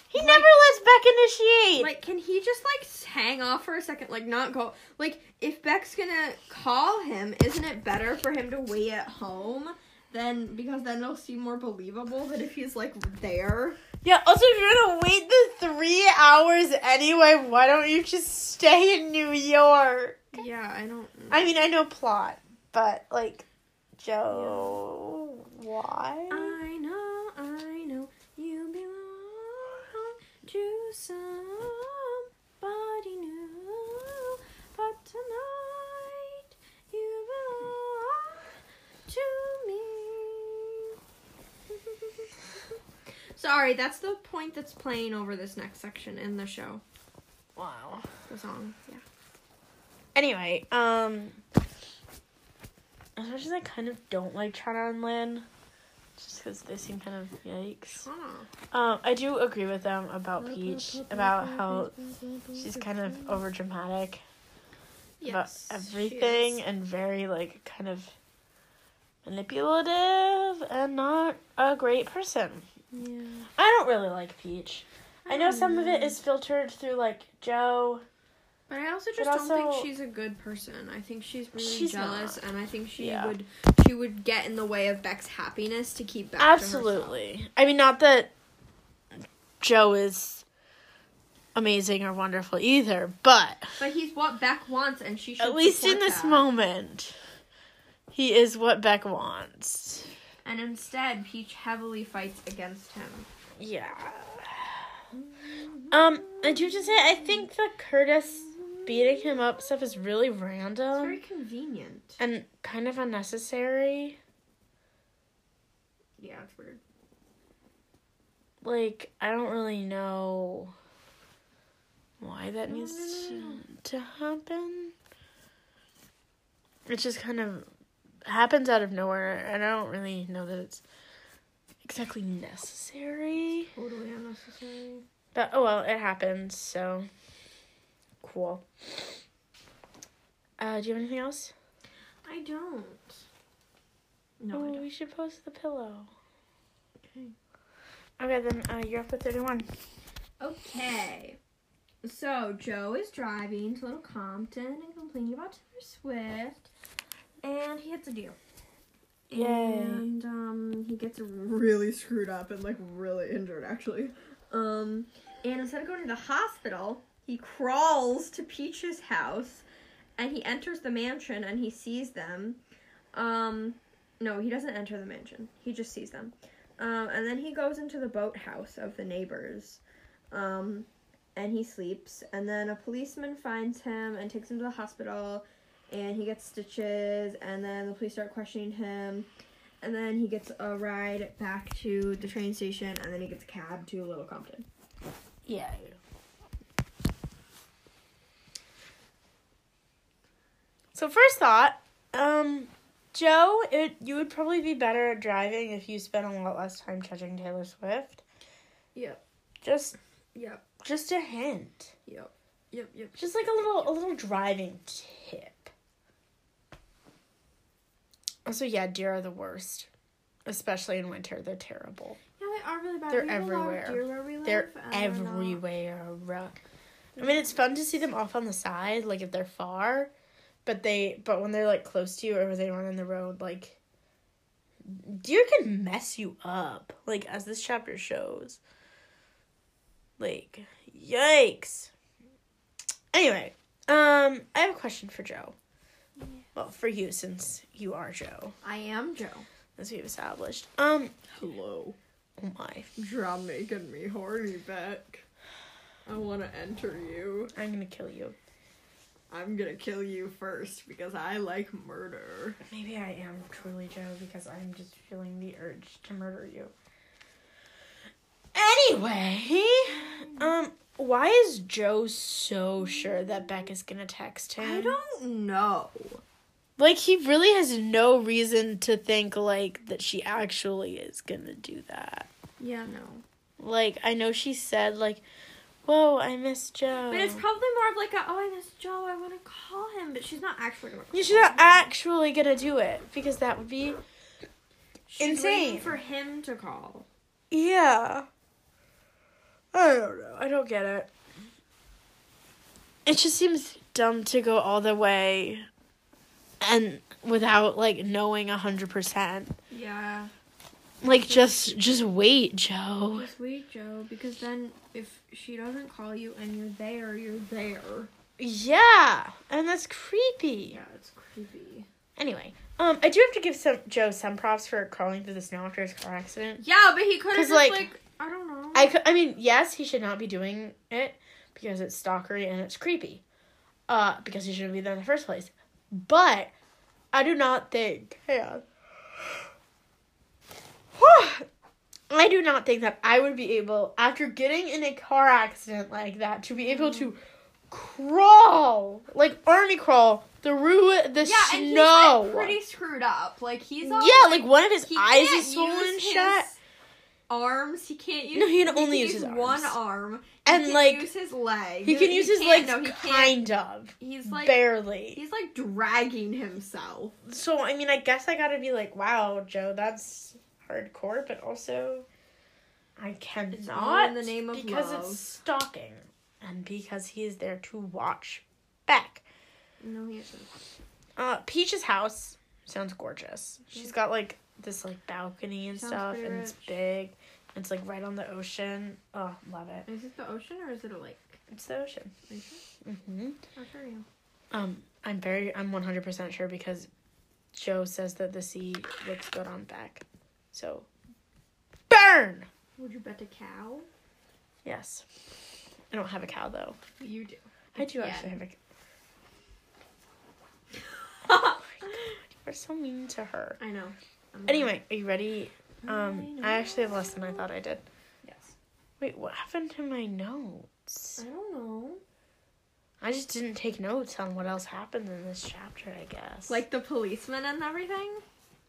He never lets Beck initiate.
Like, can he just like hang off for a second? Like, not go. Like, if Beck's gonna call him, isn't it better for him to wait at home? Then because then it'll seem more believable that if he's like there.
yeah. Also, if you're gonna wait the three hours anyway, why don't you just stay in New York?
Yeah, I don't.
I mean, I know plot, but like, Joe, why?
I know, I know, you belong to somebody new, but tonight you belong to me. Sorry, that's the point that's playing over this next section in the show,
wow.
the song. Yeah.
Anyway, um, as much as I kind of don't like Chana and Lin, just because they seem kind of yikes.
Ah,
Um, I do agree with them about Peach, about how she's kind of over dramatic
Yes, she
about everything
is.
and very like kind of manipulative and not a great person.
Yeah.
I don't really like Peach. I know some of it is filtered through like Joe.
But I also
But
just don't
also-
think she's a good person. I think she's really
She's
jealous, and I think she
Yeah.
would she would get in the way of Beck's happiness to keep Beck. to herself.
Absolutely. I mean, not that Joe is amazing or wonderful either, but
But he's what Beck wants, and she should.
at least in
support
this
that.
moment, he is what Beck wants.
And instead, Peach heavily fights against him.
Yeah. Um, I do just say I think the Curtis beating him up stuff is really
It's very
random
convenient.
and kind of unnecessary.
Yeah, it's weird.
Like, I don't really know why that needs to, to happen. It just kind of happens out of nowhere, and I don't really know that it's exactly necessary.
Totally unnecessary.
But oh well, it happens, so cool. Uh, do you have anything else?
I don't. No,
oh,
I don't.
we should post the pillow. Mm.
Okay.
Okay, then uh, you're up with 31.
Okay. So Joe is driving to Little Compton and complaining about Taylor Swift, and he hits a deal.
Yay.
And um, he gets really screwed up and like really injured actually. Um, and instead of going to the hospital, he crawls to Peach's house, and he enters the mansion and he sees them. Um, no, he doesn't enter the mansion. He just sees them. Um, and then he goes into the boathouse of the neighbors. Um, and he sleeps. And then a policeman finds him and takes him to the hospital. And he gets stitches. And then the police start questioning him. And then he gets a ride back to the train station. And then he gets a cab to Little Compton.
Yeah. So first thought, um, Joe, it you would probably be better at driving if you spent a lot less time judging Taylor Swift.
Yep.
Just,
Yep.
just a hint,
Yep. Yep. Yep.
just like a little, a little driving tip. Also, yeah, deer are the worst, especially in winter. They're terrible.
Yeah, they are really bad.
They're
We have a lot of
everywhere.
deer where we
They're
live, and they're not-
everywhere. I mean, it's fun to see them off on the side, like if they're far, but they but when they're like close to you or when they run in the road, like deer can mess you up, like as this chapter shows. Like, yikes. Anyway, um, I have a question for Joe. Well, for you since you are Joe,
I am Joe.
as we've established. Um,
Hello.
oh my,
You're making me horny, Beck. I want to enter you.
I'm gonna kill you.
I'm gonna kill you first because I like murder.
Maybe I am truly Joe because I'm just feeling the urge to murder you. Anyway, um, why is Joe so sure that Beck is gonna text him?
I don't know.
like he really has no reason to think like that she actually is gonna do that.
Yeah, no.
Like I know she said like Whoa, I miss Joe.
But it's probably more of like a oh I miss Joe I want to call him but she's not actually gonna call
you should
him.
not actually gonna do it because that would be
She's
insane.
waiting for him to call.
yeah. I don't know. I don't get it. It just seems dumb to go all the way and without like knowing a hundred percent.
Yeah.
Like just just wait, Joe.
Just wait, Joe, because then if she doesn't call you and you're there, you're there.
Yeah, and that's creepy.
Yeah, it's creepy.
Anyway, um, I do have to give some Joe some props for crawling through the snow after his car accident.
Yeah, but he could have
'Cause,
just
like,
like, I don't know.
I cou- I mean, yes, he should not be doing it because it's stalkery and it's creepy. Uh, because he shouldn't be there in the first place. But I do not think. Hang on. I do not think that I would be able, after getting in a car accident like that, to be able to crawl like army crawl through the
yeah,
snow.
and he's like pretty screwed up. Like he's all
Yeah, like one of his
he
eyes
can't
is swollen
use his
shut.
Arms, he can't use.
No, he can only use
use
his
one
arms.
arm. He
And
can
like
use his leg.
he can use his legs
can't- no, he can't.
kind of.
He's like
barely.
he's like dragging himself.
So I mean I guess I gotta be like, wow, Joe, that's hardcore, but also I cannot
all in the name of
because
love.
it's stalking and because he is there to watch back.
No, he isn't.
Uh Peach's house sounds gorgeous. She's got like this like balcony and
Sounds
stuff
pretty
and it's
rich.
big. and It's like right on the ocean. Oh, love it.
Is it the ocean or is it a lake?
It's the ocean.
Are you sure?
hmm
How sure are you?
Um, I'm very, I'm 100% sure because Joe says that the sea looks good on back. So, burn!
Would you bet a cow?
Yes. I don't have a cow though.
You do.
I do
Yeah.
actually have a cow. We're so mean to her.
I know. I'm like,
Anyway, are you ready? Um, I actually have less than I thought I did.
Yes.
Wait, what happened to my notes?
I don't know.
I just didn't take notes on what else happened in this chapter, I guess.
Like the policeman and everything.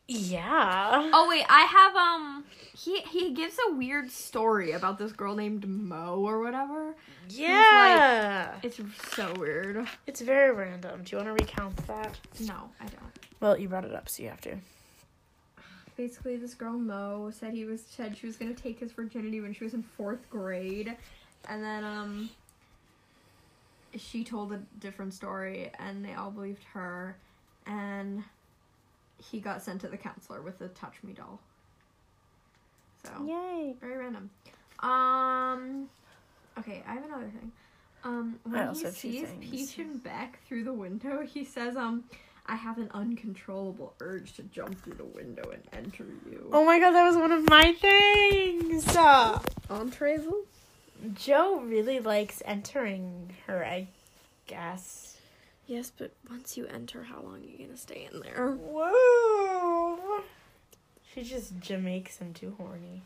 yeah.
Oh wait, I have um. He he gives a weird story about this girl named Mo or whatever.
yeah.
It's so weird.
It's very random. Do you want to recount that?
No, I don't.
Well, you brought it up, so you have to.
Basically, this girl Mo said he was said she was gonna take his virginity when she was in fourth grade, and then um. She told a different story, and they all believed her, and he got sent to the counselor with a touch me doll. So
Yay.
Very random. Um. Okay, I have another thing. Um, when
also
he
have two
sees
things.
Peach and Beck through the window, he says, "Um, I have an uncontrollable urge to jump through the window and enter you."
Oh my god, that was one of my things. Uh,
Entree
Joe really likes entering her, I guess.
Yes, but once you enter, how long are you gonna stay in there?
Whoa. She just Jamaics him too horny.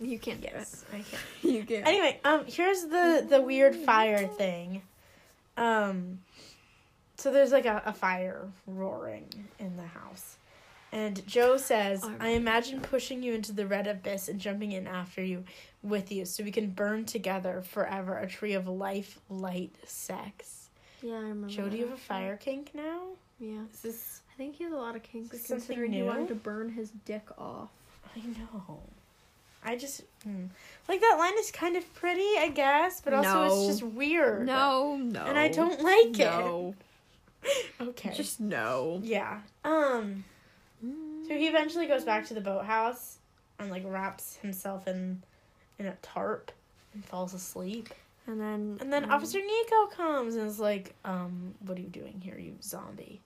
You can't
I can.
do it. You can't.
Anyway, um, here's the the weird fire thing. Um, so there's like a, a fire roaring in the house, and Joe says,
Oh, I
"I imagine pushing you into the red abyss and jumping in after you, with you, so we can burn together forever, a tree of life, light, sex."
yeah, I remember.
Joe, do you have a fire kink now?
Yeah,
Is this?
I think he has a lot of kinks
Is this something
considering he
new?
wanted to burn his dick off.
I know. I just hmm. like that line is kind of pretty, I guess, but also
No.
it's just weird.
no,
and I don't like it.
No,
Okay.
just no.
yeah. Um.
Mm.
So he eventually goes back to the boathouse and like wraps himself in in a tarp and falls asleep.
And then
And then
um,
Officer Nico comes and is like, "Um, what are you doing here, you zombie?"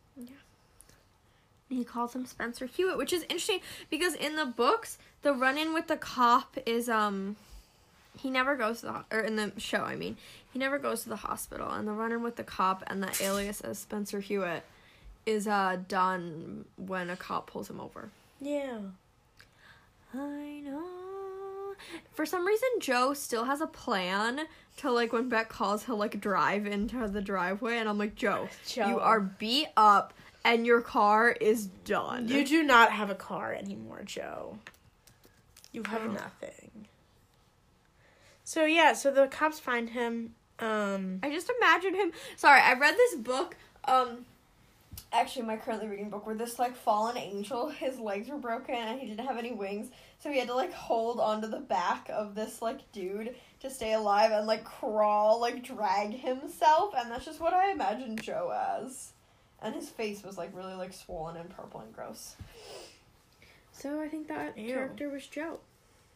he calls him Spencer Hewitt, which is interesting because in the books, the run-in with the cop is um he never goes to the ho- or in the show, I mean, he never goes to the hospital, and the run-in with the cop and the alias as Spencer Hewitt is uh done when a cop pulls him over.
Yeah.
I know. For some reason, Joe still has a plan to like when Beck calls, he'll like drive into the driveway, and I'm like, Joe,
Joe.
you are beat up, and your car is done.
You do not have a car anymore, Joe. You have
Oh.
nothing. So yeah, so the cops find him. Um,
I just imagine him. Sorry, I read this book. Um,
Actually, my currently reading book where this like fallen angel, his legs were broken and he didn't have any wings, so he had to like hold onto the back of this like dude to stay alive and like crawl, like drag himself, and that's just what I imagine Joe as. And his face was like really like swollen and purple and gross.
so I think that
Ew.
character was Joe.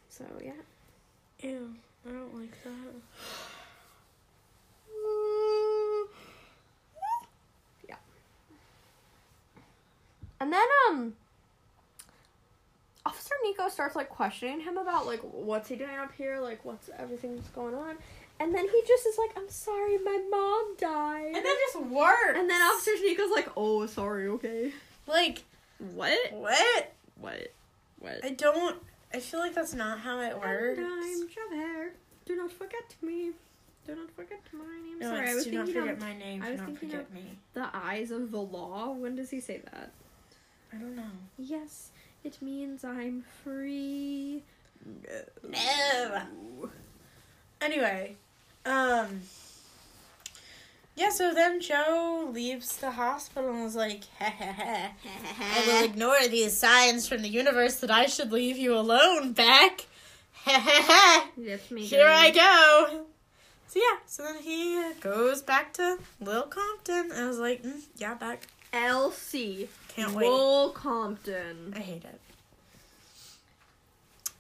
So yeah.
ew, I don't like that.
And then um Officer Nico starts like questioning him about like what's he doing up here, like what's everything's going on. And then he just is like, I'm sorry, my mom died.
that just works.
And then Officer Nico's like, Oh, sorry, okay.
like
What?
what?
What? What?
I don't. I feel like that's not how it works.
And I'm Javert. Do not forget me. Do not forget my name.
No,
sorry, I
it's
was
do not
thinking
forget
of
my name.
I
Do
was
not
thinking
forget
of-
me.
the eyes of the law. When does he say that?
I don't know.
Yes, it means I'm free.
No. Anyway, um, yeah. So then Joe leaves the hospital and is like, ha ha ha. I will ignore these signs from the universe that I should leave you alone, Beck. Ha ha ha.
That's me.
Here I go. So yeah, so then he uh, goes back to Lil Compton. I was like, mm, yeah, back.
Elsie.
Can't wait.
Wool Compton.
I hate it.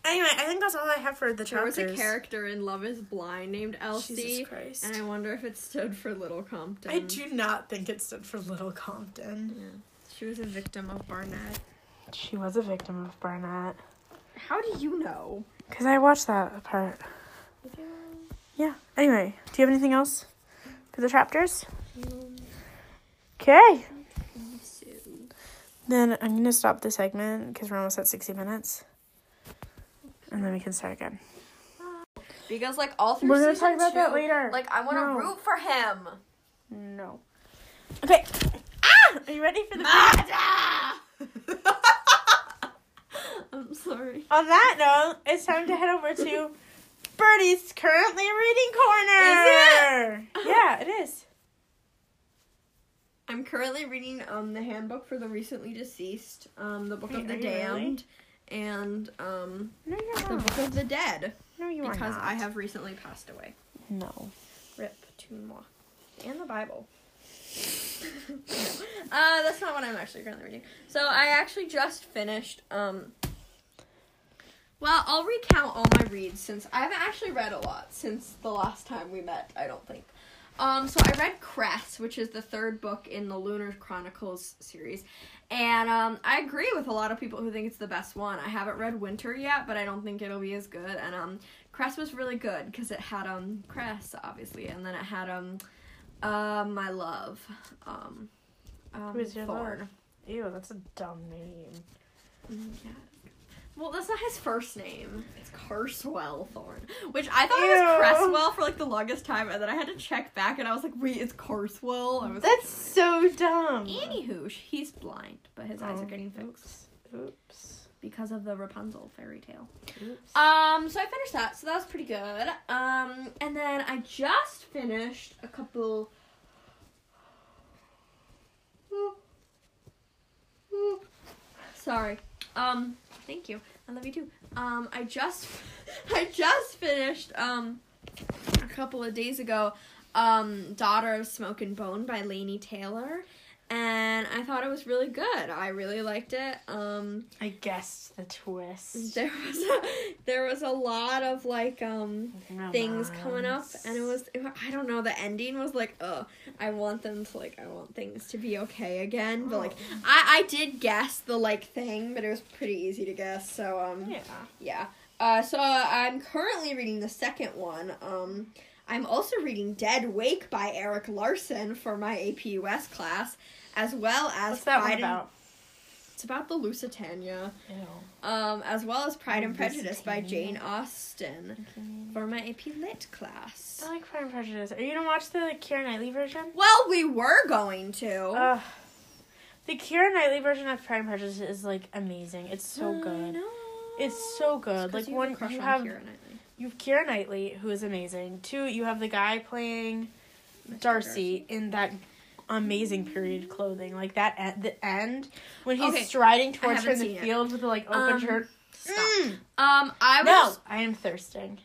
Anyway, I think that's all I have for the
There
chapters.
was a character in Love Is Blind named
Jesus
Elsie,
Christ.
and I um, wonder if it stood for Little Compton.
I do not think it stood for Little Compton.
She was a victim of Barnett.
She was a victim of Barnett.
How do you know?
Because I watched that part. Yeah. Anyway, do you have anything else for the chapters? Okay. Then I'm going to stop the segment because we're almost at 60 minutes. And then we can start again.
Because like all through
We're gonna
season
talk about that
two,
later.
Like I want to
No.
root for him.
No. Okay. Ah! Are you ready for the.
I'm sorry.
On that note, it's time to head over to Birdie's currently reading corner.
Is it?
Yeah, it is.
I'm currently reading um the handbook for the recently deceased, um the book
Wait,
of
are
the
you really?
damned, and um
No, you're
the
not.
book of the dead
No, you are
because
not.
I have recently passed away.
No.
Rip to moi. And the Bible. uh, that's not what I'm actually currently reading. So I actually just finished. Um, well, I'll recount all my reads since I haven't actually read a lot since the last time we met. I don't think. Um, so I read Cress, which is the third book in the Lunar Chronicles series, and um, I agree with a lot of people who think it's the best one. I haven't read Winter yet, but I don't think it'll be as good. And um, Cress was really good because it had um Cress obviously, and then it had um, uh, my love, um, um
Who is your
Thorn.
Ew, that's a dumb name.
Mm, Yeah. Well, that's not his first name. It's Carswell Thorn, which I thought it
Ew.
was Cresswell for like the longest time, and then I had to check back, and I was like, "Wait, it's Carswell." I was
That's so dumb.
like, anywho, he's blind, but his eyes are getting fixed
Oops.
because of the Rapunzel fairy tale.
Oops.
Um, so I finished that, so that was pretty good. Um, and then I just finished a couple. Sorry. Um, thank you. I love you too. Um, I just, I just finished um, a couple of days ago, um, Daughter of Smoke and Bone by Lainey Taylor, and I thought it was really good. I really liked it. Um,
I guessed the twist.
there was a, there was a lot of like um things coming up and it was it, wa- i don't know the ending was like oh i want them to like i want things to be okay again but like
Oh.
i i did guess the like thing but it was pretty easy to guess so um
Yeah.
yeah. Uh, so uh, I'm currently reading the second one. Um, I'm also reading Dead Wake by Eric Larson for my APUS class, as well as
What's that one
Pride and-
about?
It's about the Lusitania,
Ew.
um, as well as Pride and Prejudice by
Lusitania.
Jane Austen for my AP Lit class.
I like Pride and Prejudice. Are you gonna watch the Keira Knightley version?
Well, we were going to.
Ugh. The Keira Knightley version of Pride and Prejudice is like amazing. It's so
I
good.
know.
It's so good.
It's 'cause
like
you
one
a crush
you
on
have
Keira Knightley.
you have Kira Knightley, who is amazing. Two, you have the guy playing
Mr.
Darcy in that amazing period clothing. Like that at the end when he's
Okay,
striding towards her in
haven't
the
seen it.
field with the like open
Um,
shirt.
Stop. Um, I was
No, I am thirsting.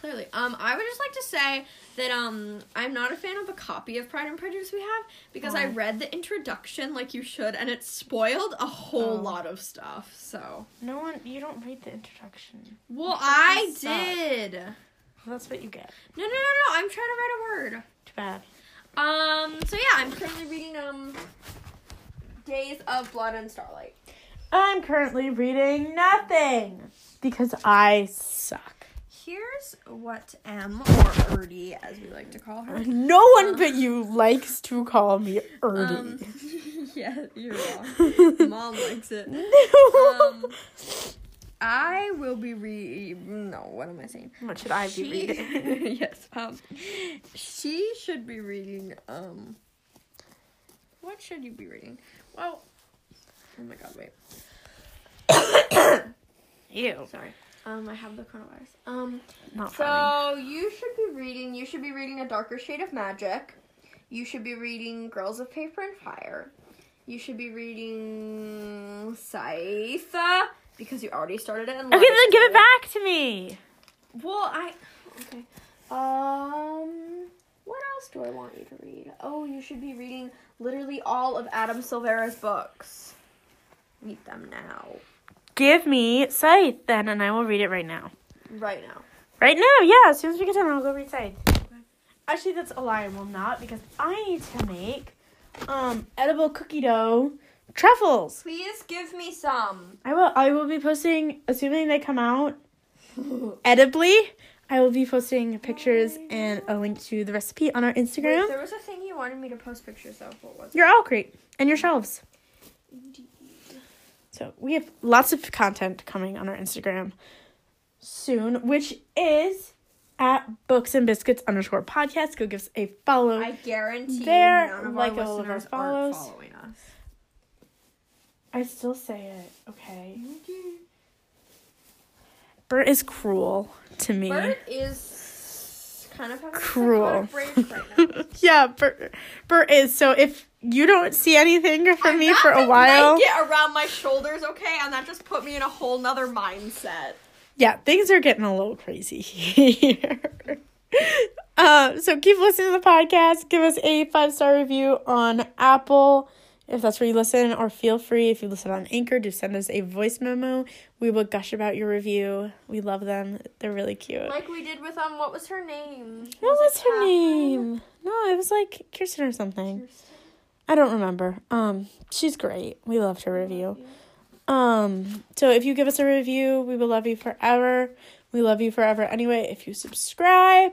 Clearly. Um, I would just like to say that um, I'm not a fan of the copy of Pride and Prejudice we have because I
Why?
read the introduction like you should, and it spoiled a whole
Oh.
lot of stuff. So,
No one, you don't read the introduction.
well, I
Introductions
did.
Well, that's what you get.
No, no, no, no. I'm trying to write a word.
Too bad.
Um, so yeah, I'm currently reading um, Days of Blood and Starlight.
I'm currently reading nothing because I suck.
Here's what M or Erdy, as we like to call her.
No one but you likes to call me Erdy.
Um, yeah, you're wrong.
no.
Mom likes it. um, I will be re. No, what am I saying?
what should I be
She-
reading?
yes. Um, she should be reading. Um, what should you be reading? Well, oh my god, wait.
You.
Sorry. Um, I have the coronavirus. Um,
Not funny.
so you should be reading. You should be reading A Darker Shade of Magic. You should be reading Girls of Paper and Fire. You should be reading Scythe because you already started it. In
Okay, then give
Liverpool.
it back to me.
Well, I okay. Um, what else do I want you to read? Oh, you should be reading literally all of Adam Silvera's books. Read them now,
Give me Scythe then, and I will read it right now.
right now.
Right now, yeah. As soon as we get done, I'll go read Scythe. Actually, that's a lie. I will not because I need to make um edible cookie dough truffles.
Please give me some.
I will. I will be posting, assuming they come out edibly. I will be posting pictures and a link to the recipe on our
Wait,
Instagram.
there was a thing you wanted me to post pictures of. What was it?
Your owl crate and your shelves. So we have lots of content coming on our Instagram soon, which is at books and biscuits underscore podcast. Go give us a follow.
I guarantee
There,
none of
like
our
all of our
listeners
follows.
aren't following us.
I still say it. Okay. Bert is cruel to me.
Bert is kind of having
Cruel.
a break right now.
yeah, Bert, Bert is. So if you don't see anything from
I'm
me
not
for a
gonna
while,
blanket around my shoulders, okay? And that just put me in a whole nother mindset.
yeah, things are getting a little crazy here. uh, so keep listening to the podcast. Give us a five star review on Apple if that's where you listen, or feel free if you listen on Anchor to send us a voice memo. We will gush about your review. We love them. They're really cute.
Like we did with um, what was her name?
What was,
it
her
Catherine?
name? No, it was like Kirsten or something. I don't remember. Um, she's great. We loved her review. Um, so if you give us a review, we will love you forever. We love you forever anyway. If you subscribe,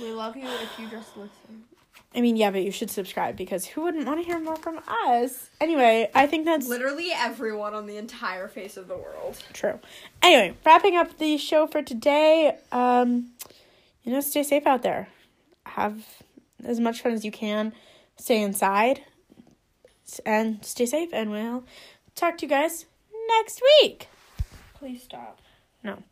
We love you if you just listen.
I mean, yeah, but you should subscribe because who wouldn't want to hear more from us? Anyway, I think that's
Literally everyone on the entire face of the world.
true. Anyway, wrapping up the show for today. Um, you know, stay safe out there. Have as much fun as you can. Stay inside S- and stay safe. And we'll talk to you guys next week.
Please stop.
No.